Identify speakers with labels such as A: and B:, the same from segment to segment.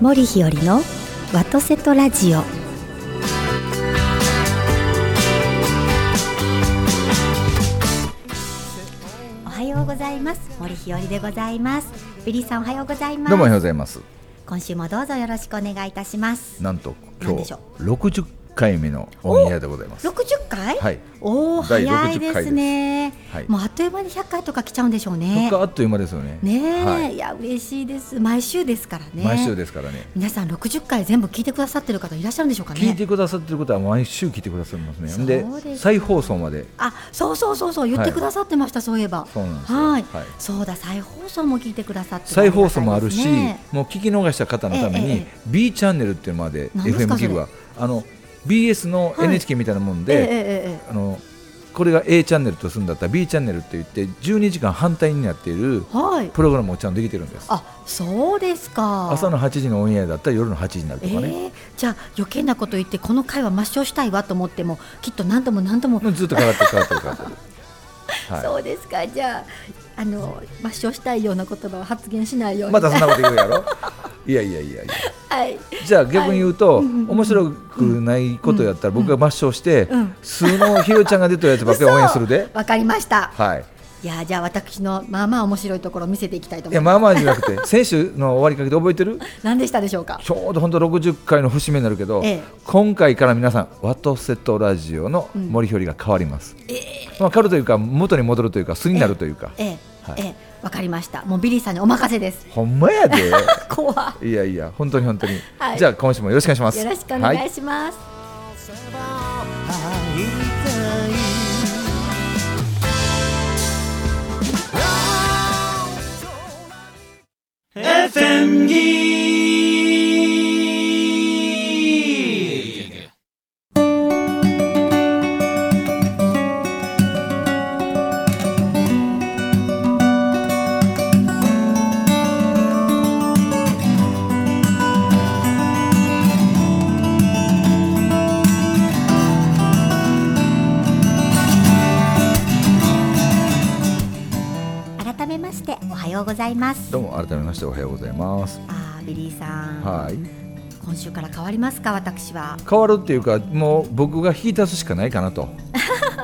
A: 森日和のワトセトラジオおはようございます森日和でございますビリーさんおはようございます
B: どうもおはようございます。
A: 今週もどうぞよろしくお願いいたします
B: なんと
A: な
B: 今
A: んでし
B: 日
A: ょ
B: 六十回目のオンエアでございます。
A: 60回、
B: はい。
A: おお
B: 第60
A: 早いですね
B: はい
A: もうあっという間に100回とか来ちゃうんでしょう
B: そっ
A: ね
B: かあっという間ですよね。
A: ねえ、、
B: はいい。
A: や嬉しいです毎週ですからね
B: 毎週ですからね。
A: 皆さん60回全部聞いてくださってる方いらっしゃるんでしょうかね
B: 聞いてくださってることは毎週聞いてくださいますね。
A: そうで
B: です
A: ね
B: 再放送まで
A: あそうそうそうそう言ってくださってました、そういえば
B: そうなんですよ
A: はい、
B: はい
A: そうだ再放送も聞いてくださってる
B: 再放送もあるし、
A: ありがたいですね
B: もう聞き逃した方のため
A: えええ
B: に B チャンネルっていうのまで
A: 何ですか
B: FM ギグはあの BS の
A: はい
B: NHK みたいなもん
A: ええ
B: で、
A: えええ
B: あのこれが A チャンネルとするんだったら B チャンネルって言って12時間反対になっている
A: えはい
B: プログラムもちゃんとできてるんです。
A: あそうですか
B: 朝の8時のオンエアだったら夜の8時になると
A: え
B: かね、
A: えじゃあ余計なこと言ってこの回は抹消したいわと思ってもきっと何度も何度も、
B: ずっと変わってる変わってる変わっ てる、は
A: そうですかじゃああの抹消したいような言葉は発言しないように
B: い、またそんなこと言うやろ いやいやいやいや
A: はい
B: じゃあ逆に言うと、
A: はいうんうんうん
B: 面白くないことやったら僕が抹消して、
A: うん
B: 素のひろちゃんが出てるやつばっかり応援するで
A: 嘘わかりました
B: はい
A: いやじゃあ私のまあまあ面白いところを見せていきたいと
B: い
A: 思い
B: や
A: ま
B: まあまあじゃな くて先週の終わりかけて覚えてる
A: す何でしたでしょうか
B: ちょうど本当60回の節目になるけど、
A: ええ
B: 今回から皆さん「ワトセトラジオ」の森ひよりが変わります、まあ、変わるというか元に戻るというか素になるというか、
A: ええ
B: はい
A: ええわかりましたもうビリーさんにお任せです
B: ほんまやで
A: 怖い
B: いやいや、本当に本当に。
A: はい
B: じゃあ、今週もよろしくお願いします。
A: よろしくお
B: は
A: 願
B: い
A: いします、
C: FM Geek!
A: 改めましておはようございます
B: どうも、改めまして、おはようございます。
A: あービリーさん、
B: はい。
A: 今週から変わりますか私は
B: 変わるっていうか、もう僕が引き出すしかないか なと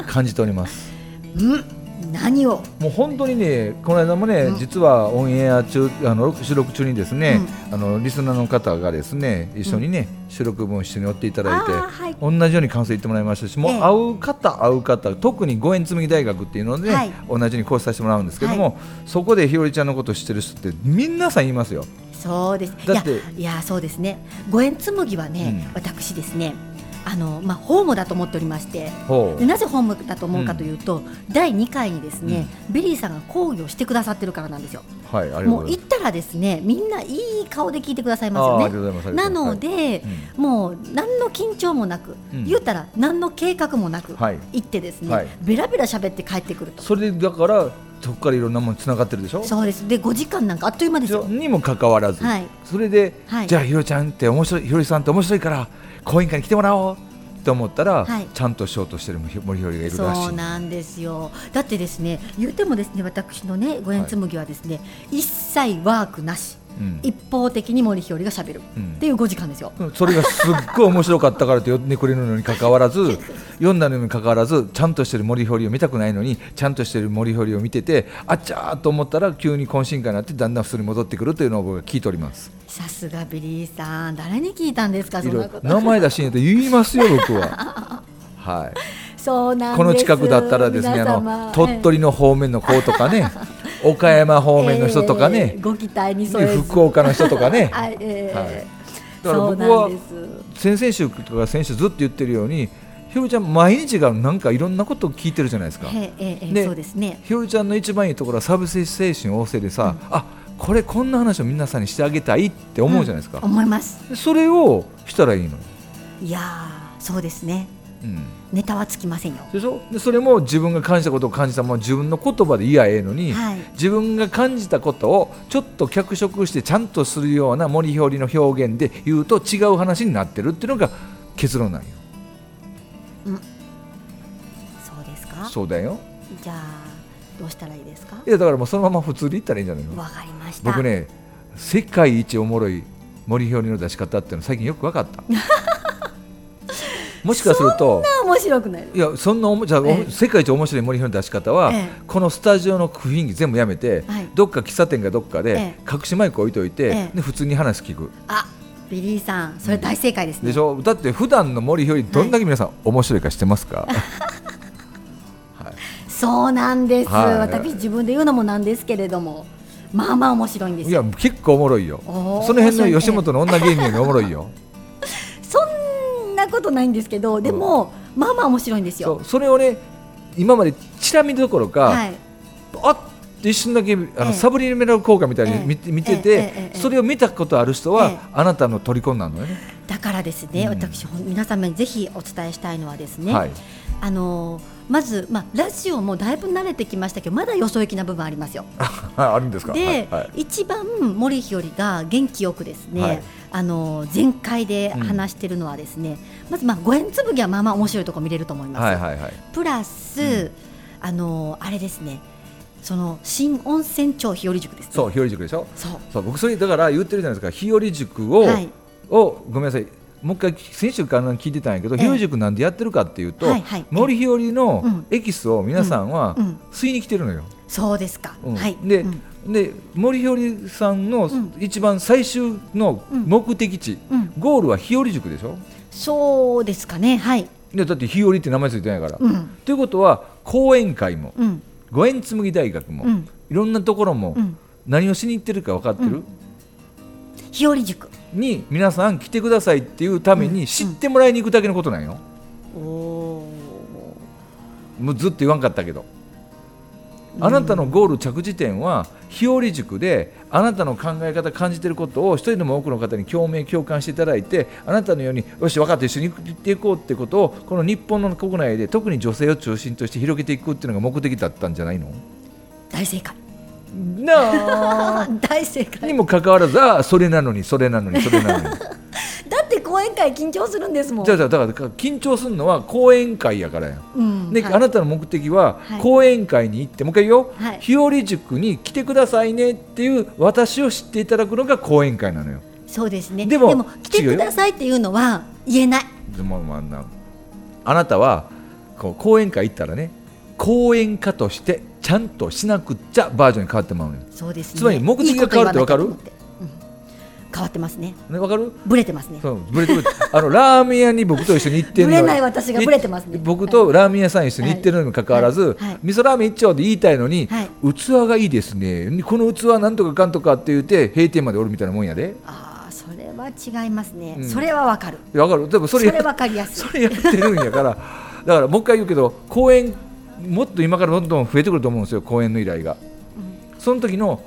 B: 感じております。
A: うん何を
B: もう本当にね、この間もね、
A: うん
B: 実はオンエア中、あの収録中にですね、あのリスナーの方がですね、一緒にね、収録分一緒に寄っていただいて。
A: あーはい
B: 同じように感想言ってもらいましたし、もう
A: ええ
B: 会う方、会う方、特にご縁紡ぎ大学っていうので、
A: はい
B: 同じように講師させてもらうんですけども、そこでひよりちゃんのことを知ってる人って、皆さん言いますよ。
A: そうですい
B: だ
A: や
B: って
A: いやそうですねご縁紡ぎはね、
B: うん
A: 私ですねあのまあホームだと思っておりまして
B: ほ
A: でなぜホームだと思うかというと、第2回にですね、ビリーさんが講義をしてくださってるからなんですよ
B: う。はい、ありがとう
A: も
B: ご
A: う
B: ざい
A: 行
B: ま
A: ったらですねみんないい顔で聞いてください
B: す。
A: ますよ
B: あー
A: ね
B: ありがとうございます。ありが
A: な
B: とうございま
A: の、
B: す
A: で、もう何の緊張もなく、
B: うん
A: 言うたら何の計画もなく、
B: はい
A: 行ってですね、
B: はい
A: ベラベラ喋って帰ってくると
B: それでだからそこからいろんなものつながってるでしょ。
A: そうですで5時間なんかあっという間ですよ
B: にもかかわらず、
A: はい
B: それで、
A: はい
B: じゃあひろちゃんって面白いひろりさんって面白いから講演会に来てもらおうと思った
A: は
B: ら、
A: い
B: ちゃんとしようとしてる森ひろりがいるらしい。
A: そうなんですよだってですね言うてもですね私のねご縁紡ぎはですね、一切ワークなし
B: うん
A: 一方的に森ひよりが喋る、
B: うん
A: っていう5時間ですよ
B: それがすっごい面白かったからって呼んでくれるのにかかわ らず読んだのにもかかわらずちゃんとしてる森堀を見たくないのにちゃんとしてる森堀を見ててあっちゃーと思ったら急に懇親会になってだんだん普通に戻ってくるというのを僕が聞いております
A: さすがビリーさん誰に聞いたんですかそん
B: いろ
A: ない
B: ろ
A: こと
B: 名前出しにって言い ますよ僕ははい
A: そうなんです
B: この近くだったらですねあ
A: 皆
B: の
A: 様
B: 鳥取の方面の子とかね岡山方面の人とか
A: え
B: ね
A: ー、ご期待に添えず
B: 福岡の人とかね
A: はい、えー
B: はいだから
A: そう
B: 僕
A: な
B: は
A: んです
B: 先々週とか先週ずっと言ってるようにひよりちゃん毎日がなんかいろんなことを聞いてるじゃないですか
A: えーえーえー
B: で
A: そうですね
B: ひよりちゃんの一番いいところはサービス精神旺盛でさ、あこれこんな話を皆さんにしてあげたいって思うじゃないですか、
A: 思います
B: でそれをしたらいいのよ、
A: いやーそうですね
B: うん、
A: ネタはつきませんよ
B: でしょでそれも自分が感じたことを感じたものを自分の言葉で言いやええのに、
A: はい
B: 自分が感じたことをちょっと脚色してちゃんとするような森ひよりの表現で言うと違う話になってるっていうのが結論なんよ
A: そうですか
B: そうだよ
A: じゃあどうしたらいいですか
B: いやだからもうそのまま普通で言ったらいいんじゃないの
A: わかりました
B: 僕ね世界一おもろい森ひよりの出し方っていうの最近よく分かった もしかすると
A: あ面白くない
B: いやそんなおもじゃあ、お
A: ええ
B: 世界一面白い森ひよりの出し方は、
A: ええ
B: このスタジオの雰囲気全部やめて、
A: はい
B: どっか喫茶店かどっかで、
A: ええ
B: 隠しマイク置いといて、
A: ええ
B: で普通に話聞く
A: あビリーさんそれ大正解ですね
B: でしょだって普段の森ひよりどんだけ皆さん、面白いかしてます か
A: そうなんです、
B: はい
A: 私自分で言うのもなんですけれどもまあまあ面白いんです
B: い
A: よ
B: や結構おもろいよ
A: おー
B: その辺の吉本の女芸人よりおもろいよ
A: そんなことないんですけどでも、まあまあ面白 いんです
B: そ
A: よ
B: うそれをね今までチラ見どころか、
A: はい
B: あって一瞬だけあの、
A: ええ
B: サブリメラル効果みたいに見て,、
A: ええ
B: 見て
A: ええ
B: て、
A: ええ
B: それを見たことある人は、
A: ええ
B: あなたの虜になるのよね。
A: だからですね、
B: うん
A: 私ほん皆様にぜひお伝えしたいのはですね、
B: はい、
A: あのーまず、まあ、ラジオもだいぶ慣れてきましたけどまだよそ行きな部分ありますよ。
B: ああるんですか。
A: で、
B: はいはい
A: 一番森日和が元気よくですね、
B: はい
A: あのー全開で話してるのはですね、まずまあご縁つぶぎはまあまあ面白いとこ見れると思います。
B: はいはいはい
A: プラス、
B: うん
A: あのーあれですねその新温泉町日和塾ですね。
B: そう、日和塾でしょ
A: そう
B: そう、僕それだから言ってるじゃないですか。日和塾を、
A: はい
B: をごめんなさい。もう一回先週から聞いてたんやけど、
A: ええ
B: 日和塾なんでやってるかっていうと、
A: はいはい
B: 森日和の
A: うん
B: エキスを皆さんは
A: うんうん
B: 吸いに来てるのよ。
A: そうですか。
B: うん
A: はい。
B: で、
A: うん
B: で森日和さん
A: う
B: の
A: ん
B: 一番最終の目的地、
A: うん
B: ゴールは日和塾でしょ
A: そうですかね。はい。
B: でだって日和って名前ついてないから。
A: うん
B: ということは講演会も
A: うん
B: 五円紬大学も、
A: うん
B: いろんなところも、
A: うん。
B: 何をしに行ってるか分かってる、
A: 日和塾。
B: に皆さん来てくださいっていうため
A: うん
B: に知ってもらいに行くだけのことなんよ、
A: おお。
B: もうずっと言わんかったけど、あなたのゴール着地点は日和塾であなたの考え方感じてることを一人でも多くの方に共鳴共感していただいてあなたのようによし分かった一緒に行っていこうってことをこの日本の国内で特に女性を中心として広げていくっていうのが目的だったんじゃないの
A: 大正解。
B: なあ
A: 大正解。
B: にもかかわらずああそれなのにそれなのにそれなのに
A: だって講演会緊張するんですもん。
B: じゃあじゃあだから緊張するのは講演会やからやん
A: うん。
B: で、
A: はい
B: あなたの目的は
A: はい
B: 講演会に行って、もう一回言うよ、
A: はい
B: 日和塾に来てくださいねっていう私を知っていただくのが講演会なのよ。
A: そうですね。
B: でも
A: 来てくださいっていうのは言えない。
B: でもまあなあなたはこう講演会行ったらね講演家としてちゃんとしなくっちゃバージョンに変わってまうのよ。
A: そうですね。
B: つまり目的が変わるってわかる
A: いいこと言わなきゃと思ってうん変わってますね。
B: ね、わかる
A: ブレてますね。
B: そうブレてるあのラーメン屋に僕と一緒に行ってるの
A: ブレない私がブレてますね
B: い僕とラーメン屋さん一緒に行ってるのにもかかわらず、
A: はいはい
B: 味噌ラーメン一丁で言いたいのに、
A: はい
B: 器がいいですねこの器なんとかかんとかって言って閉店までおるみたいなもんやで
A: ああ、それは違いますね。
B: うん
A: それはわかる。
B: わかるでも
A: そ
B: それや
A: れわかりやすい。
B: それやってるんやからだからもう一回言うけど公演もっと今からどんどん増えてくると思うんですよ公演の依頼が、その時の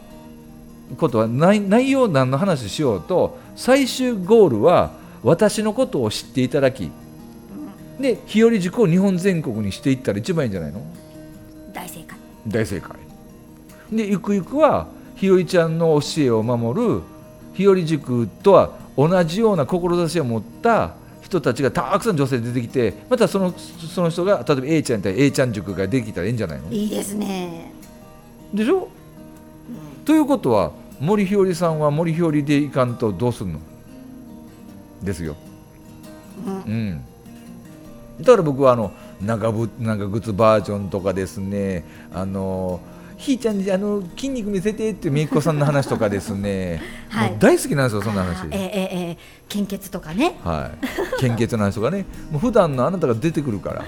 B: ことは内内容何の話しようと最終ゴールは私のことを知っていただきで日和塾を日本全国にしていったら一番いいんじゃないの
A: 大正解。
B: 大正解でゆくゆくは日和ちゃんの教えを守る日和塾とは同じような志を持った人たちがたくさん女性出てきてまたそのその人が例えば A ちゃんみたいな A ちゃん塾ができたらいいんじゃないの
A: いいですね。
B: でしょ、ということは森日和さんは森日和でいかんとどうするのですよ、
A: うん
B: うん、だから僕はあの長ぶ長靴バージョンとかですねあのひーちゃんにあの筋肉見せてっていうみいっこさんの話とかですね、
A: はい
B: もう大好きなんですよそんな話
A: あーええええええ献血とかね。
B: はい献血の話とかねもう普段のあなたが出てくるから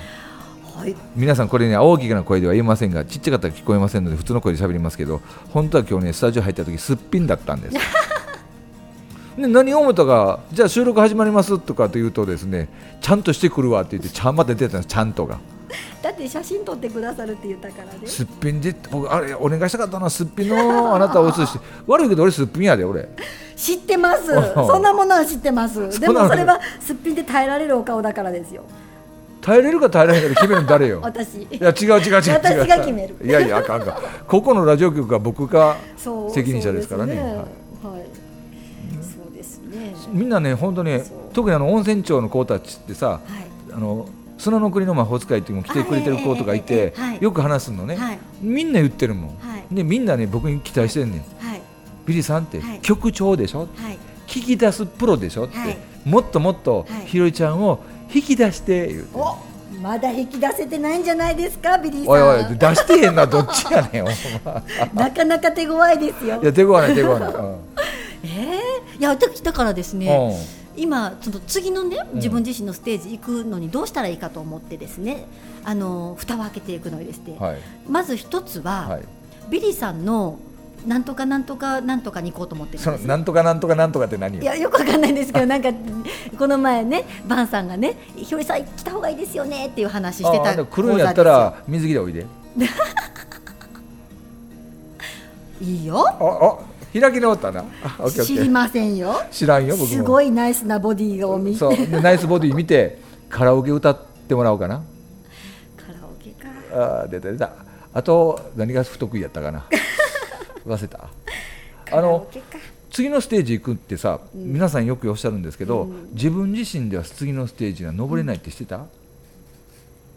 A: はい。
B: 皆さんこれね大きな声では言えませんがちっちゃかったら聞こえませんので普通の声で喋りますけど本当は今日ねスタジオ入った時すっぴんだったんですで何を思ったかじゃあ収録始まりますとかというとですねちゃんとしてくるわって言ってちゃんまで出てたんですちゃんとが
A: だって写真撮ってくださるって言ったからね。
B: すっぴんで僕あれお願いしたかったなすっぴんのあなたを映して悪いけど俺すっぴんやで俺
A: 知ってます。
B: あー
A: そんなものは知ってます。
B: そう
A: で
B: なの
A: もそれはすっぴんで耐えられるお顔だからですよ。
B: 耐えれるか耐えられないか決めるの誰よ
A: 私。
B: いや違う違う違う違う
A: 私が決める
B: いやいやあかんあかんここのラジオ局は僕が
A: そう。
B: 責任者ですからね
A: そう
B: はい
A: すねはい。そうですね。
B: みんなね、本当に
A: そう
B: 特にあの温泉町の子たちってさ、
A: はい。
B: あの砂の国の魔法使いっていうのも来てくれてる子とか
A: あええ
B: い
A: え
B: て
A: えええはい、
B: よく話すのね
A: はい、
B: みんな言ってるも
A: は
B: ん、でみんなね、僕に期待してんねん、
A: はい。
B: ビリーさんって
A: はい
B: 局長でしょ、
A: はい。
B: 聞き出すプロでしょって、
A: はい
B: もっともっと
A: はい
B: ひろりちゃんを引き出して言うて、
A: おまだ引き出せてないんじゃないですかビリー
B: おいおい
A: さん
B: 出してへんなどっちやねんお前
A: なかなか手強いですよ
B: いや手ごわない手 ごわない、うん
A: えーいや私だからですね今その次のね
B: ん
A: 自分自身のステージ行くのにどうしたらいいかと思ってですねあの蓋を開けていくのにですね、
B: うんはい
A: まず一つは、
B: はい
A: ビリーさんのなんとかなんとかなんとかに行こうと思ってるん
B: その
A: です
B: なんとかなんとかなんとかって何よ
A: いやよくわかんないんですけどなんかこの前ねバンさんがねひよりさん来た方がいいですよねっていう話して
B: あ
A: た
B: あの来るんやったら水着でおいで
A: いいよ
B: ああ開き直ったなあオッケーオッ
A: 知
B: ケ
A: り
B: ー
A: ませんよ
B: 知らんよ僕も
A: すごいナイスなボディを見てカ
B: そうでナイスボディ見てカラオケ歌ってもらおうかな
A: ラオケか
B: あー出た出たあと何が不得意やったかな忘れたあの
A: カラオケか
B: 次のステージ行くってさ、
A: うん
B: 皆さんよくおっしゃるんですけど、
A: うん
B: 自分自身では次のステージが登れないってしてた、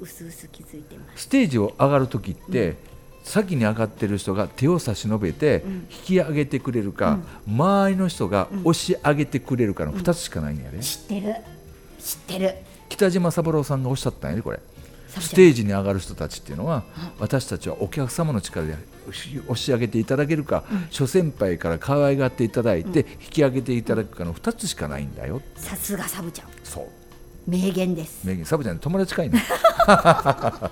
A: うすうす気づいてます
B: ステージを上がる時って、先に上がってる人が手を差し伸べて
A: うん
B: 引き上げてくれるか、周りの人が押し上げてくれるかの2つしかないんやね、
A: 知ってる知ってる
B: 北島三郎さんがおっしゃったんやねこれ
A: サブ
B: ス
A: ちゃん
B: テージに上がる人たちっていうのは私たちはお客様の力で押し上げていただけるか、諸先輩から可愛がっていただいて引き上げていただくかの2つしかないんだよ
A: さすがサブちゃん
B: そう
A: 名言です
B: 名言サブちゃん友達かいな
A: さ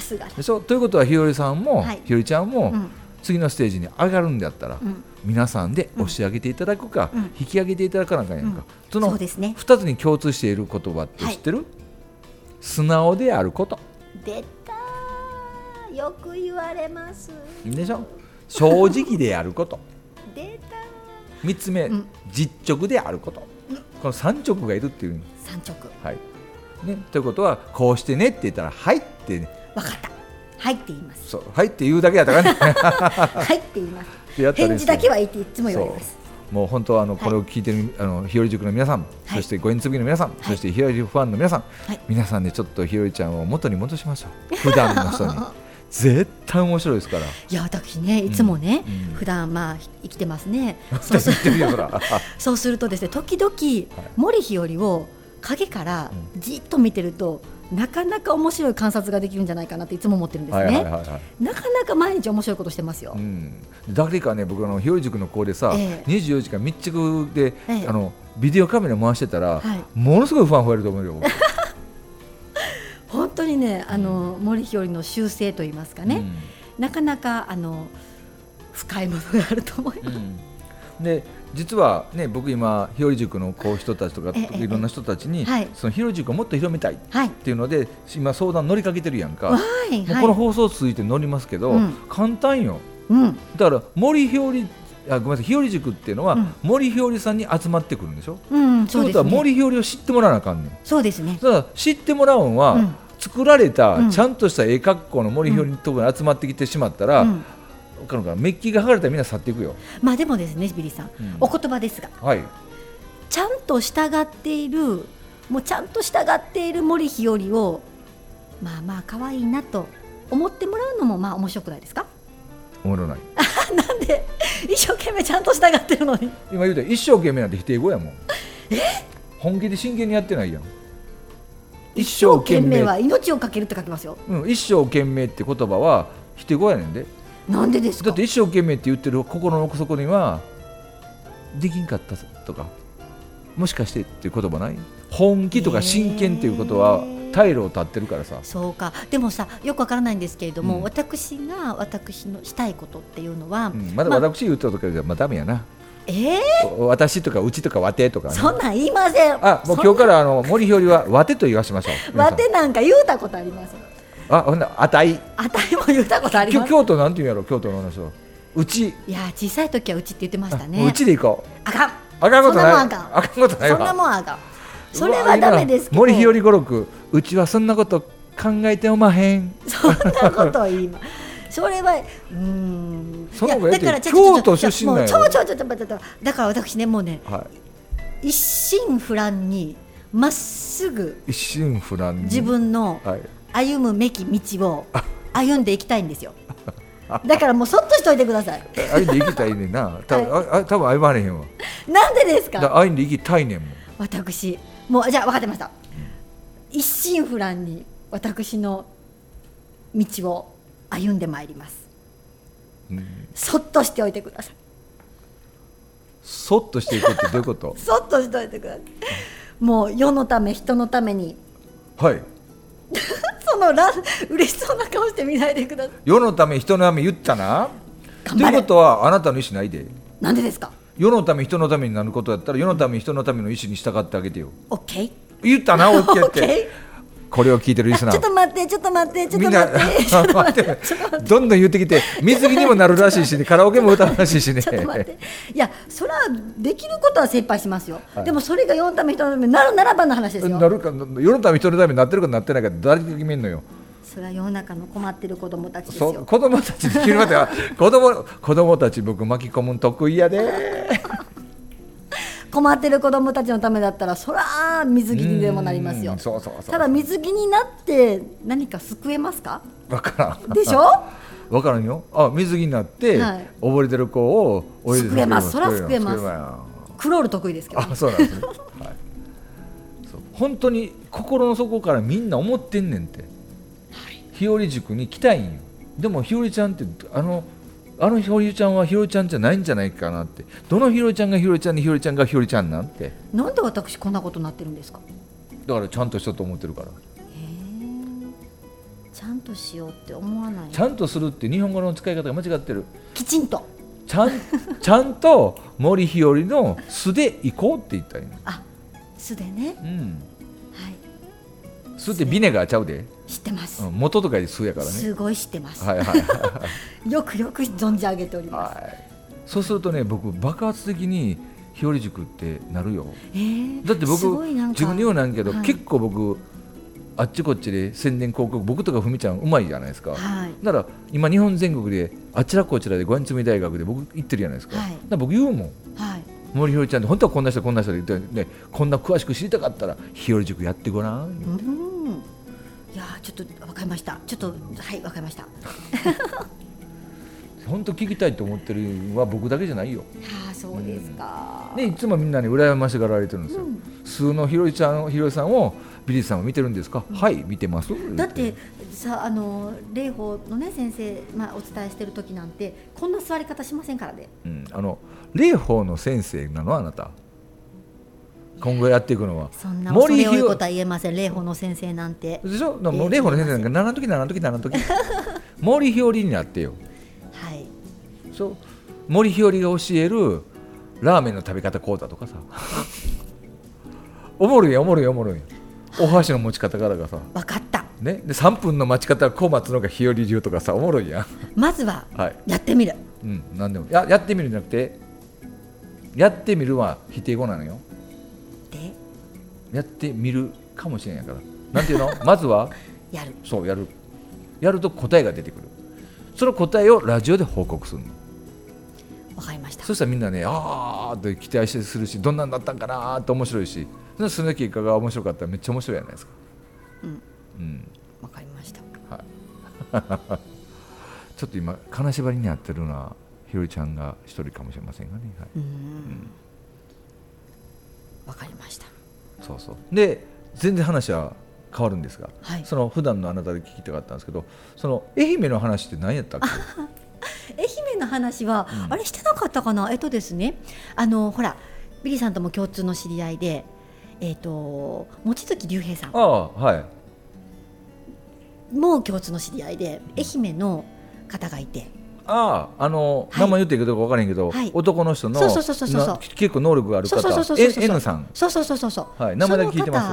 A: すがだ
B: でしょということはひよりさんも、
A: はい
B: ひよりちゃんも、
A: うん
B: 次のステージに上がるんだったら、
A: ん
B: 皆さんで押し上げていただくか、
A: ん
B: 引き上げていただかなあかんやんか、その
A: そうですね
B: 2つに共通している言葉って知ってる、素直であること
A: 出たよく言われます
B: でしょ正直であること
A: 出た
B: 3つ目、
A: ん
B: 実直であること、この3直がいるっていう、
A: 三直分
B: はいね、ということはこうしてねって言ったら「はい」って、ね、
A: かったはいって言い ます
B: そう「はい」って言うだけやったからね
A: はいって言います
B: やったりして
A: 返事だけはいいってい つも言われます
B: そうもう本当はあのこれを聞いてる、あの日和塾の皆さん、
A: はい
B: そしてご縁つぶの皆さん、そして日和ファンの皆さん、
A: はい
B: 皆さんでちょっと日和ちゃんを元に戻しましょう普段の 人に絶対面白いですから
A: いや私ねいつもね、
B: うんうん
A: 普段まあひ生きてます ねそう
B: 私
A: す
B: 言ってるよそら
A: そうするとですね時々、森日和を影からじっと見てると、なかなか面白い観察ができるんじゃないかなっていつも思ってるんです
B: は
A: ね、
B: いはいはいはい
A: なかなか毎日面白いことしてますよ、
B: うん、誰かね僕あの日和塾の子でさ、
A: ええ
B: 24時間密着で、
A: ええ
B: あのビデオカメラ回してたら、
A: はい
B: ものすごい不安増えると思うよ、僕
A: 本当にねあの、森日和の修正といいますかね、なかなかあの深いものがあると思い
B: うん
A: ます。
B: うんで実はね僕今日和塾のこう人たちとか、
A: ええ
B: いろんな人たちに、
A: ええはい
B: その日和塾をもっと広めたいっ
A: はい、
B: ていうので今相談乗りかけてるやんか、
A: は
B: も
A: い、
B: う
A: はい、
B: この放送続いて乗りますけど、
A: うん
B: 簡単よ
A: うん、
B: だから森日和あごめんなさい日和塾っていうのは、
A: うん
B: 森日和さんに集まってくるんでしょ
A: うん、
B: と
A: そ
B: いう
A: で
B: うこと
A: すね。
B: は森日和を知ってもらわなあかんねん
A: そうですね。
B: ただ知ってもらうんは、
A: うん
B: 作られ
A: う
B: た
A: ん
B: ちゃんとした絵格好の森ひよりのところに集まってきてしまったら、
A: うん
B: わかるかメッキが剥がれたらみんな去っていくよ
A: まあでもですね、ビリーさん、
B: うん
A: お言葉ですが、
B: はい
A: ちゃんと従っている、もうちゃんと従っている森日和を、まあまあ可愛いなと思ってもらうのもまあ面白くないですか？
B: おもろない
A: なんで一生懸命ちゃんと従ってるのに、
B: 今言うたら一生懸命なんて否定語やもん本気で真剣にやってないやん一生懸命
A: は命をかけるって書きますよ。
B: うん、一生懸命って言葉は否定語やねんで
A: なんでです
B: だ
A: か？
B: って一生懸命って言ってる心の奥底にはできんかったとかもしかしてっていう言葉ない本気とか真剣っていうことは
A: へー
B: 退路を立ってるからさ
A: そうかでもさよくわからないんですけれども、
B: うん
A: 私が私のしたいことっていうのは、
B: うんまだ
A: まあ、
B: 私言ったとかじゃまあダメやな、
A: えー、
B: お私とかうちとかわてとかね、
A: そんなん言いません
B: あもう
A: そん
B: 今日からあの森ひよりはわてと言わしましょう皆
A: わ
B: さん
A: てなんか言うたことありません
B: あほんならあたい
A: あたりも言うたことあり
B: きょ
A: ません
B: 京都なんて言うんやろ京都の話をうち、
A: いや小さい時はうちって言ってました
B: もう
A: ね
B: うちで行こう
A: あかん
B: あかんことない
A: そんなもんあかん
B: あかんことないわ
A: そんなもんあかんそれはダメですけ
B: う
A: ど
B: わ今森ひより語録うちはそんなこと考えておまへん
A: そんなことを言いまそれはうーん
B: その方が
A: い
B: ええ
A: やだか
B: って
A: らちょ
B: 京都
A: ちょ
B: 出身なんや
A: ちょもうちょちょちょちょちょちょだから私ねもうね
B: は
A: 一心不乱にまっすぐ
B: い一心不乱に
A: 自分の
B: はい
A: 歩むべき道を歩んでいきたいんですよ。だからもうそっとしといてください
B: あれで生きたらいいねんなたぶん、ああ多分相まれへんわ
A: なんでです
B: だ
A: か
B: ああいうんで生きたいねんもん
A: 私もうじゃあ分かってました一心不乱に私の道を歩んでまいります、そっとしておいてください
B: そっとしていくってどういうこと
A: そっとしておいてくださいもう世のため人のために
B: はい
A: そのら嬉しそうな顔して見ないでください
B: 世のため人のため言ったなと
A: 頑
B: い
A: 張
B: う
A: れ
B: ことはあなたの意思ないで
A: なんでですか
B: 世のため人のためになることやったら世のため人のための意思に従ってあげてよ
A: OK?
B: 言っ たな OK って
A: OK?
B: これを聞いてるリスナ
A: ちょっ
B: ー
A: と待ってちょっと待ってちょっ
B: み
A: と
B: んな
A: 待って ちょっと待
B: 待
A: っ
B: ってて
A: ちょっと待って
B: どんどん言ってきて水着にもなるらしいしねカラオケも歌うらしいしね
A: ちょっと待っていやそれはできることは精一杯しますよ、でもそれが世のため人のためになるならばの話ですよ
B: なるか世のため人のためになってるかなってないか誰が決めんのよ
A: それは世の中の困ってる子供たちです
B: そ
A: よ
B: 子供たちできるまでは子供子供たち僕巻き込むん得意やで
A: 困ってる子供たちのためだったらそらあ水着にでもなります
B: う
A: よ
B: んそうそうそう
A: ただ水着になって何か救えますか
B: わからん
A: でしょ
B: わからんよあ水着になって、
A: はい
B: 溺れてる子を泳いで
A: 救えます
B: 救
A: そ
B: えま
A: ら救えます
B: す救えま
A: クロール得意ですけど
B: すあそうなんですね、はい、そう本当に心の底からみんな思ってんねんて、日和塾に来たいんよでも日和ちゃんってあのあの日和ちゃんは日和ちゃんじゃないんじゃないかなってどの日和ちゃんが日和ちゃんで日和ちゃんが日和ちゃんなんて
A: なんで私こんなことになってるんですか
B: だからちゃんとしたと思ってるから
A: ちゃんとしようって思わない
B: ちゃんとするって日本語の使い方が間違ってる
A: きちんと
B: ちゃんちゃんと森日和の素で行こうって言ったらいいの
A: あ素でね
B: うん
A: はい
B: 酢ってビネガーちゃうで、
A: 知ってます、
B: うん、元とかで酢やからね
A: すごい知ってます、
B: はいはい
A: よくよく存じ上げております、
B: はいそうするとね僕爆発的に日和塾ってなるよ
A: えー
B: だって僕
A: すごいなんか
B: 自分で言うのなんやけど、
A: はい
B: 結構僕あっちこっちで宣伝広告僕とかふみちゃんうまいじゃないですか、
A: はい
B: だから今日本全国であちらこちらでご飯積み大学で僕行ってるじゃないですか,、
A: はい
B: だから僕言うもん
A: はい
B: 森ひよりちゃんって本当はこんな人こんな人で言ってねこんな詳しく知りたかったら日和塾やってごらんよ、
A: うんいやーちょっとわかりましたちょっとはいわかりました
B: 本当聞きたいと思ってるのは僕だけじゃないよ
A: ああそうですか、
B: でいつもみんなに羨ましがられてるんですよ、数のひろりちゃんひろりさんをビリーさんを見てるんですか、はい見てます
A: だってさあの霊峰のね先生、まあ、お伝えしてる時なんてこんな座り方しませんからね
B: うん、あの霊峰の先生なのあなた今後やっていくのは
A: そんな恐れ多い
B: ひ
A: こ
B: ろ
A: とは言えません霊峰の先生なんて
B: でしょだから
A: え
B: も
A: え
B: う霊峰の先生なんか七の時七の時七 の時森ひよりになってよ
A: はい
B: そう森ひよりが教えるラーメンの食べ方こうだ とかさおもろいやんおもろいやんおもろいやんお箸の持ち方からがさ
A: わかった
B: ね、で3分の待ち方はこう待つのが日和流とかさおもろいや ん、
A: まずは
B: はい
A: やってみる、
B: うん、何でもややってみるんじゃなくてやってみるは否定語なのよ
A: で
B: やってみるかもしれんやからなんて いうのまずは
A: やる
B: そうやるやると答えが出てくるその答えをラジオで報告するの
A: わかりました
B: そしたらみんなねあーって期待してするしどんなんだったんかなーって面白いしそのその結果が面白かったらめっちゃ面白いじゃないですか
A: うん
B: うん
A: わかりました
B: ちょっと今金縛りになってるのはひろりちゃんが一人かもしれませんがね、はい、
A: うーんわかりました
B: そうそうで全然話は変わるんですが、
A: はい
B: その普段のあなたで聞きたかったんですけどその愛媛の話って何やったっけ
A: 愛媛の話は、
B: うん
A: あれしてなかったかなえっとですねあのほらビリーさんとも共通の知り合いでえっ、と望月竜平さん
B: ああはい
A: も共通の知り合いで愛媛の方がいて
B: あああの、
A: はい
B: 名前言っていいかどうか分からへんけど、
A: はい
B: 男の人の
A: そうそうそうそうそう
B: な結構能力がある
A: そう
B: 方
A: そうそうそうそうそう
B: N- N さん
A: そうそうそうそうそう、
B: はい名前だけ聞いてま
A: そ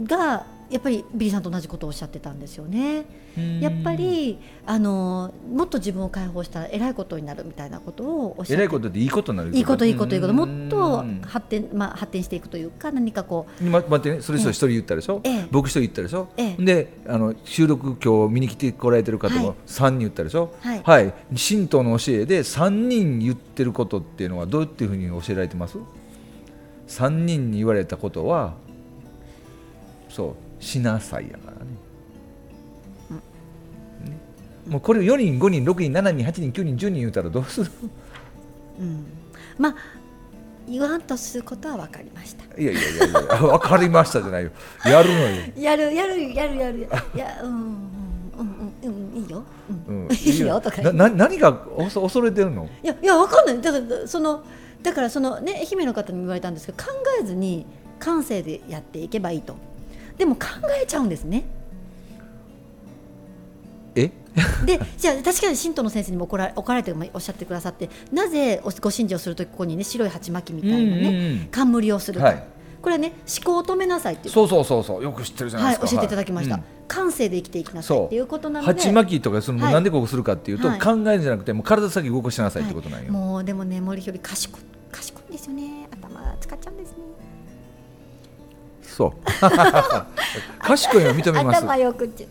A: の方がやっぱりビリーさんと同じことをおっしゃってたんですよね
B: うん
A: やっぱりあのもっと自分を解放したらえらいことになるみたいなことをおっしゃ
B: え
A: って
B: らいことでいいことになる
A: いいこといいこといいことも
B: う
A: っ
B: ん
A: と発展,、まあ、発展していくというか何かこう
B: 今待ってねそれ人一人言ったでしょ、
A: ええ
B: 僕一人言ったでしょ、
A: ええ
B: であの収録今日見に来てこられてる方
A: は
B: も
A: い
B: 3人言ったでしょ
A: はい
B: 神道の教えで3人言ってることっていうのはどういうふうに教えられてます ?3 人に言われたことはそうしなさいやからね,ね、もうこれを4人5人6人7人8人9人10人言うたらどうする
A: うん、まあ言わんとすることは分かりました
B: いやいやいやいや分かりましたじゃないよやるのよ、
A: やるやるやるや るいやうんうんうんうんうんいいよ、う
B: うん
A: い
B: ん、
A: いよとか
B: ないな何が恐恐れてるの
A: やいやわかんないだからそのだからそのね愛媛の方にも言われたんですけど考えずに感性でやっていけばいいとでも考えちゃうんですね
B: え
A: でじゃあ確かに神道の先生にも怒ら怒られてもおっしゃってくださってなぜおご神事をするとここにね白い鉢巻きみたいなね、
B: うんうんうん
A: 冠をするか、
B: はい
A: これはね思考を止めなさいっていう
B: そうそうそうそうよく知ってるじゃない
A: は
B: で
A: い、
B: すか、
A: 教えていただきました、
B: うん
A: 感性で生きていきなさい
B: そう
A: っていうことなので
B: 鉢巻きとかその、
A: はい
B: なんでこうするかっていうと、
A: はい
B: 考えるんじゃなくてもう体先動かしなさいってことなん
A: はい
B: よ、
A: もうでもね森ひより賢い賢いんですよね頭使っちゃうんですね
B: そう 賢いを認めます
A: 頭よくって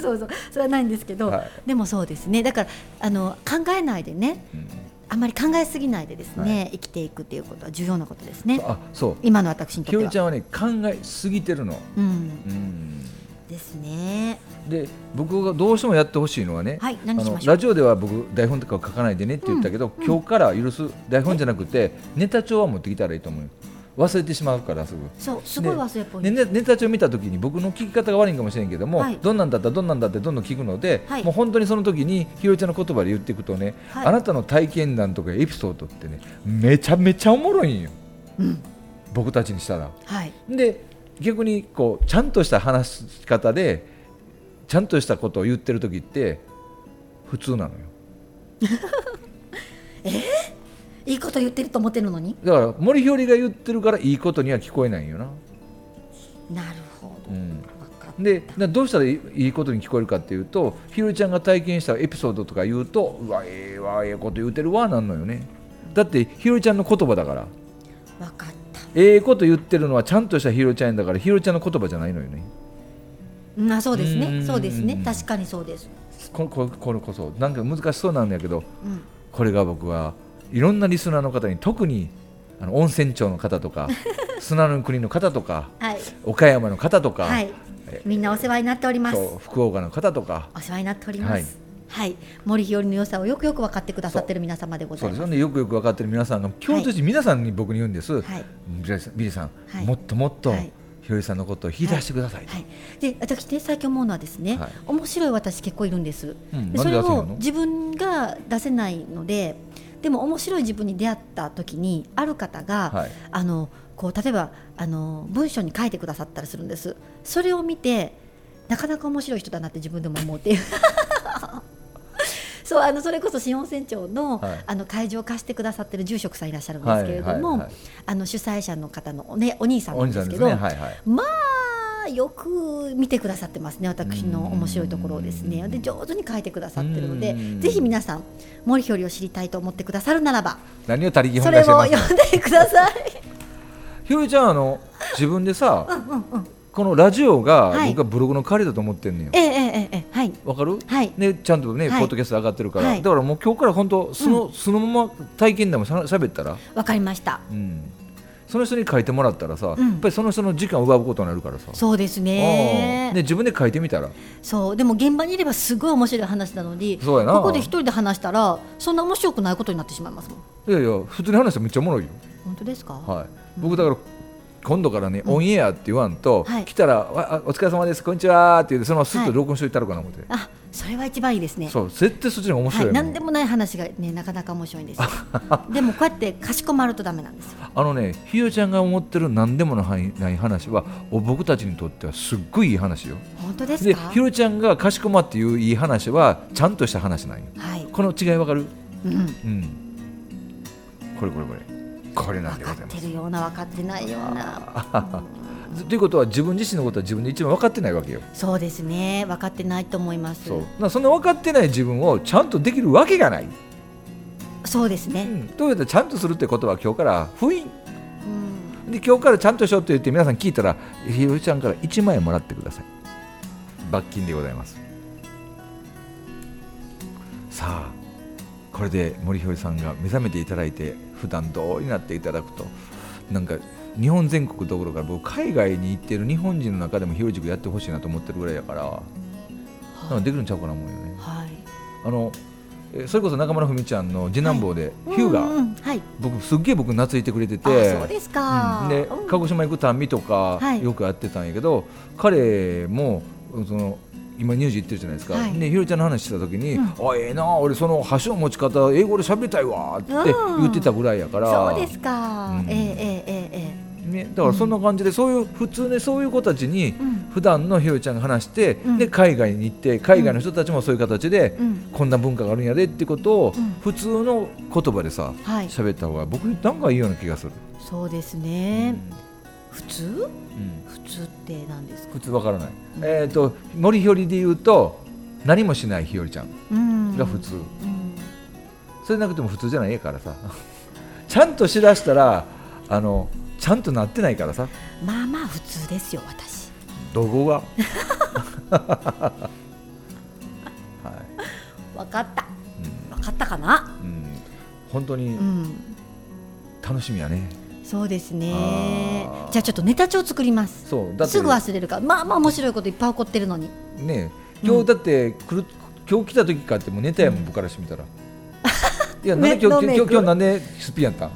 A: そうそうそれはないんですけど、
B: はい
A: でもそうですねだからあの考えないでね
B: うん
A: あんまり考えすぎないでですね、生きていくっていうことは重要なことですね
B: あそう
A: 今の私にと
B: き
A: っ
B: よ
A: て
B: り
A: は
B: ちゃんはね考えすぎてるの、
A: うん
B: うん、
A: ですね
B: で僕がどうしてもやってほしいのはね、
A: はい
B: あ
A: 何し
B: の
A: ましょう
B: ラジオでは僕台本とか書かないでねって言ったけど、
A: うんうん
B: 今日から許す台本じゃなくてネタ帳は持ってきたらいいと思うよ忘れてしまうからすぐ。
A: そうすごい忘れっぽい
B: ね、ねネタ帳見たときに僕の聞き方が悪いんかもしれんけども、
A: はい
B: どんなんだったどんなんだってどんどん聞くので、
A: はい
B: もう本当にその時にひろりちゃんの言葉で言っていくとね、
A: はい
B: あなたの体験談とかエピソードってねめちゃめちゃおもろいんよ
A: うん
B: 僕たちにしたら。
A: はい
B: で逆にこうちゃんとした話し方でちゃんとしたことを言ってる時って普通なのよ
A: いいこと言ってると思ってるのに
B: だから森ひよりが言ってるからいいことには聞こえないんよな、
A: なるほど、
B: うん、
A: 分かっ
B: でなどうしたらいいいいことに聞こえるかっていうとひろりちゃんが体験したエピソードとか言うとうわええわええこと言うてるわなんのよねだってひろりちゃんの言葉だから
A: た分かった
B: ええこと言ってるのはちゃんとしたひろりちゃんだからひろりちゃんの言葉じゃないのよね
A: うんあそうです
B: う
A: ね
B: ん
A: そうですね確かにそうです、
B: こここれこそなんか難しそうなんやけど
A: うん、
B: これが僕はいろんなリスナーの方に特にあの温泉町の方と か砂の国の方とか
A: はい
B: 岡山の方とか、
A: はいみんなお世話になっております
B: そう福岡の方とか
A: お世話になっておりますはい、森ひよりの良さをよくよく分かってくださってる皆様でご
B: そ
A: ざ
B: う
A: い
B: です
A: ま
B: よ
A: す
B: ねよくよく分かってる皆さんが共通して皆さんに僕に言うんです、
A: はい
B: ビリーさんビリーさん、
A: はい
B: もっともっと、
A: はい
B: ひよりさんのことを引き出してくださいと、
A: はい、で私ね最近思うのはですね、
B: はい
A: 面白い私結構いるんです、
B: うん
A: で
B: な
A: そ
B: んで
A: れ
B: 出せへんの
A: を自分が出せないのででも面白い自分に出会った時にある方が、
B: はい
A: あのこう例えばあの文章に書いてくださったりするんですそれを見てなかなか面白い人だなって自分でも思うっていう そうあのそれこそ新温泉町の,、
B: はい
A: あの会場を貸してくださってる住職さんいらっしゃるんですけれども、
B: はいはいはい
A: あの主催者の方の、ね、お兄さんなん
B: お兄
A: で
B: さ
A: す
B: んで
A: け
B: す
A: ど
B: ねはいはい
A: まあよく見てくださってますね私の面白いところをです
B: う
A: ね
B: ん
A: で上手に書いてくださってるので
B: うん
A: ぜひ皆さん森ひよりを知りたいと思ってくださるならば
B: 何を他力
A: そ
B: 本
A: れ
B: 願
A: を
B: してま
A: 読
B: す
A: んでください。
B: ひよりちゃんあの自分で さ、
A: うんうんうん
B: このラジオが、
A: はい
B: 僕はブログの代わりだと思ってんのよ
A: ええええええはい
B: わかる、
A: はい
B: ね、ちゃんとね、
A: はい
B: ポッドキャスト上がってるから、
A: はい
B: だからもう今日から本当その、そのまま体験談もしゃしゃべったら、
A: わかりました
B: うん、その人に書いてもらったらさ、
A: うん
B: やっぱりその人の時間を奪うことになるからさ
A: そうです
B: ああ
A: ね
B: ね自分で書いてみたら
A: そうでも現場にいればすごい面白い話なのに
B: そうやな
A: ここで一人で話したらそんな面白くないことになってしまいますもん
B: いやいや普通に話したらめっちゃおもろいよ、
A: 本当ですか、
B: はい、僕だから今度からね、オンエアって言わんと、
A: はい
B: 来たらわあ「お疲れ様ですこんにちは」って言ってそのまますっ
A: は
B: と
A: い
B: 録音しといたろうかな思って、
A: あそれは一番いいですね
B: そう絶対そっちの方が面白
A: はいい、
B: もん
A: 何でもない話がねなかなか面白いん ですよでもこうやってかしこまるとダメなんですよ
B: あのね、ひよちゃんが思ってる何でもないない話はお僕たちにとってはすっごいいい話よ。
A: 本当です
B: で
A: か、
B: ひよちゃんがかしこまっていういい話はちゃんとした話なんよ。
A: はい、
B: この違いわかる
A: うん、
B: うん。これこれこれ。これなん
A: 分
B: で
A: か
B: ご
A: っ
B: ざいま
A: てるような分かってないような
B: す。ということは自分自身のことは自分で一番分かってないわけよ。
A: そうですね分かってないと思います
B: そ
A: そう
B: うなそんな分かってない自分をちゃんとできるわけがない。
A: です
B: う
A: ね、
B: ん、ということでちゃんとするってことは今日からふい
A: うん、
B: で今日からちゃんとしようって言って皆さん聞いたらひよちゃんから1万円もらってください罰金でございますさあこれで森ひよりさんが目覚めていただいて普段どうになっていただくとなんか日本全国どころか僕海外に行ってる日本人の中でもひより塾やってほしいなと思ってるぐらいやからなんかできるんちゃうかな思うよね
A: はい
B: あのえそれこそ中村文ちゃんの次男坊で、ヒューが、
A: うんうんはい
B: 僕すっげえ僕懐いてくれて
A: あ
B: て
A: そうですか、
B: うんで
A: うん
B: 鹿児島行くたんびとか
A: はい
B: よくやってたんやけど、彼もその今乳児行ってるじゃないですか、
A: はい
B: でひろちゃんの話してた時に
A: う
B: 「
A: ん
B: あええな俺その箸の持ち方英語で喋りたいわ」って
A: うん
B: 言ってたぐらいやから、
A: そうですか、
B: うん
A: えええええ
B: ね、だからそんな感じで、そういう普通ねそういう子たちに
A: えうん
B: 普段のひろちゃんが話して、
A: うん
B: で海外に行って海外の人たちもそういう形で、
A: うん
B: こんな文化があるんやでってことを
A: うん
B: 普通の言葉でさ
A: はい
B: 喋った方が僕なんかいいような気がする。
A: そうですね、普通
B: うんうん
A: 普通って何ですか
B: 普通わからない、えっ、と森ひよりで言うと何もしないひよりちゃん
A: うん
B: が普通、
A: うん
B: それなくても普通じゃないからさ ちゃんとしだしたらあのちゃんとなってないからさ
A: まあまあ普通ですよ私
B: どこ がは
A: わかった
B: い、う
A: わかったかなん
B: うん、本当に
A: うん
B: 楽しみやね、
A: そうです
B: あ
A: ね
B: ー
A: じゃあちょっとネタ帳作ります
B: そうだって
A: すぐ忘れるからまあまあ面白いこといっぱい起こってるのに
B: ね
A: うん
B: 今日だって来る、今日来た時かってもうネタやもん僕からしてみたらいやなんで今
A: ねノ
B: 日今
A: ーメイ
B: 日
A: ク
B: 今日なんでスピンやったん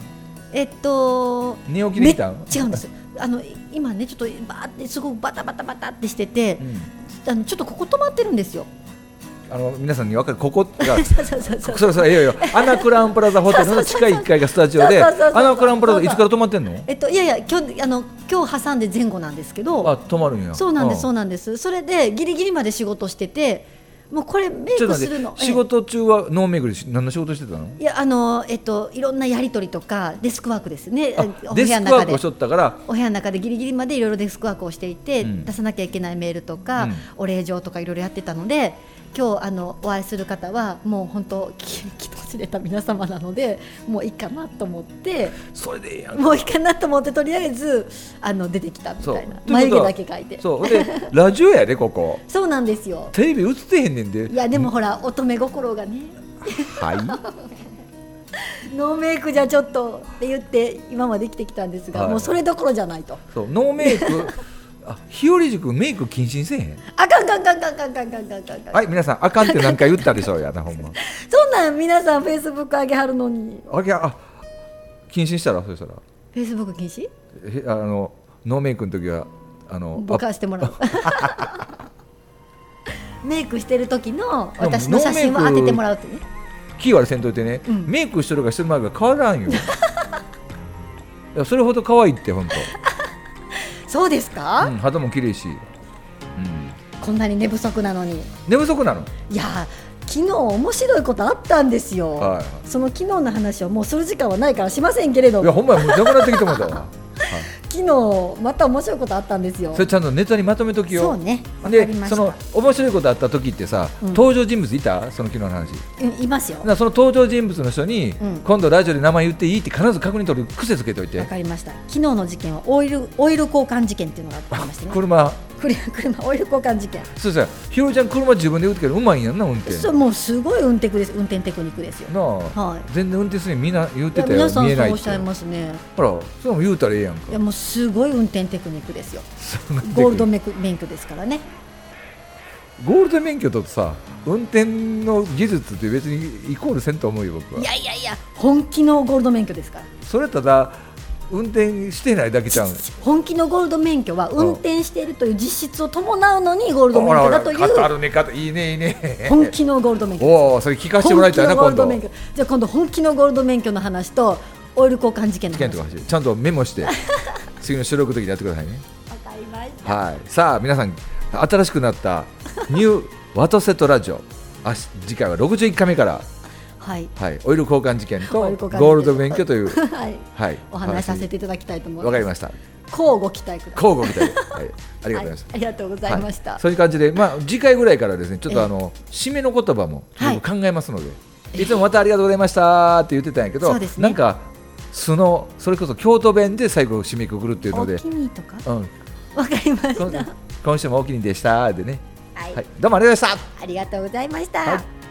A: えっと
B: 寝起きできたん
A: め違うんですあのい今ねちょっとバーってすごくバタバタバタってしてて
B: う、ん
A: あのちょっとここ止まってるんです よ
B: あの皆さんに分かるここが
A: そうそうそうそう
B: そろそろええよよアナクランプラザホテルの地下1階がスタジオで
A: そうそうそうそう
B: アナクランプラザいつから泊まってんの
A: えっといやいや今日あの今日挟んで前後なんですけ
B: あ
A: ど
B: 泊まるんや
A: そうなんですそう
B: う
A: なんですそれでギリギリまで仕事しててもうこれメイ
B: ち
A: ク
B: ょっと待
A: す
B: っ
A: るの
B: て仕事中はノーメイクでし何の仕事してたの
A: ええいやあのえっといろんなやり取りとかデスクワークですねえ
B: あデスクワークをしとったから
A: お部屋の中でギリギリまでいろいろデスクワークをしていて、
B: うん
A: 出さなきゃいけないメールとか、
B: うん
A: お礼状とかいろいろやってたので今日あのお会いする方はもう本当ききとしれた皆様なのでもういいかなと思って
B: それでええやん
A: もういいかなと思ってとりあえずあの出てきたみ
B: そう
A: たいな
B: とい
A: 眉
B: うこ
A: 毛
B: とは
A: だけ描いてそう
B: そうほんでラジオやでここ
A: なんですよ
B: テレビ映ってへんねんで
A: いやでもほら乙女心がね
B: はい
A: ノーメイクじゃちょっとって言って今まで生きてきたんですが、
B: はい
A: もうそれどころじゃないと
B: そうノーメイクあ日和塾メイク禁止にせえへん
A: あかんかんかんかんかんかんかんかんかんかん
B: はい皆さんあかんって何回言ったでしょうやなほんま
A: そんなん皆さんフェイスブック上げはるのに
B: あいやあ禁止したらそしたら
A: フェイスブック禁止
B: えあのノーメイクの時はあの
A: ぼかしてもらう メイクしてる時の私の写真を
B: ノーメ
A: 当
B: イク
A: ててもらうってね
B: キーワードせんといてね、
A: うん
B: メイクしてるかしてないか変わら んよいやそれほど可愛いって本
A: そうです
B: 当、
A: か、
B: うん、肌も綺麗し、うん、
A: こんなに寝不足なのに
B: 寝不足なの
A: いやー昨日面白いことあったんですよ、
B: は
A: その昨日の話をもうする時間はないからしませんけれど
B: いや
A: も
B: ほんまやもうなくなってきてもうた わ、はい
A: 昨日また面白いことあったんですよ
B: それちゃんとネタにまとめときよ
A: そうねわかり
B: で
A: ま
B: そ
A: し
B: の
A: た
B: 面白いことあった時ってさ、
A: うん
B: 登場人物いたその昨日の話
A: うんいますよ
B: なその登場人物の人に、
A: うん
B: 今度ラジオで名前言っていいって必ず確認取る癖つけておいて
A: わかりました昨日の事件はオイルオイル交換事件っていうのがありましてね
B: 車
A: クリア 車オイル交換事件
B: そうそうひろりちゃん車自分で打つけどうまいんやんな運転
A: そうもうすごい運転テクです運転テクニックですよ
B: なあ、
A: はい
B: 全然運転するにみんな言う
A: い
B: て
A: や
B: たよ
A: 皆さん
B: 見え
A: そ
B: な
A: う
B: い
A: おっ
B: っ
A: しゃ
B: て
A: いますね
B: ほらそれも言うたらええやん
A: い
B: か
A: やもうすごい運転テクニックですよ
B: そんな
A: ゴールドメク免許ですからね
B: ゴールド免許とさ運転の技術って別にイコールせんと思うよ僕はい
A: やいやいや本気のゴールド免許ですから
B: それただ運転してないだけちゃうん
A: 本気のゴールド免許は運転しているという実質を伴うのにゴールド免許だとい
B: ほらほら語
A: う
B: るね語るいいねいいね
A: 本気のゴールド免許
B: おおそれ聞かせてもら
A: 本
B: い
A: 気
B: たいな
A: のゴー
B: 今
A: ルド
B: 度
A: 免許じゃあ今度本気のゴールド免許の話とオイル交換事件の
B: 試験
A: 話
B: と
A: わか
B: か欲しいちゃんとメ モして次の収録の時にやってくださいね
A: りました
B: はいさあ皆さん新しくなったニューワトセットラジオあし次回は61回目から
A: はい
B: はい、オイル交換事件と
A: オ
B: ゴ
A: イル交換事件
B: ールド免許という、
A: はい
B: はい、
A: お話しさせていただきたいと思いま
B: わか
A: す
B: りました。
A: 交互期待くださ
B: 交互みたいで、はい、あり
A: い
B: が
A: は
B: とうございま
A: い
B: した。
A: ありがとうございまし
B: は
A: た
B: いそういう感じで、まあ、次回ぐらいからですね、ちょっとあの、締めの言葉も、
A: はい
B: 僕考えますので。いつもまたありがとうございましたって言ってたんやけど、
A: そうですね
B: なんか。素の、それこそ京都弁で最後締めくくるっていうの
A: お
B: で
A: 気、に入りとか
B: うん、
A: わかりまし
B: こん
A: た。
B: 今週もお気に入りでしたでね、
A: は
B: はい
A: い、、
B: どうもありがとうございました。
A: ありがとうございました。
B: はい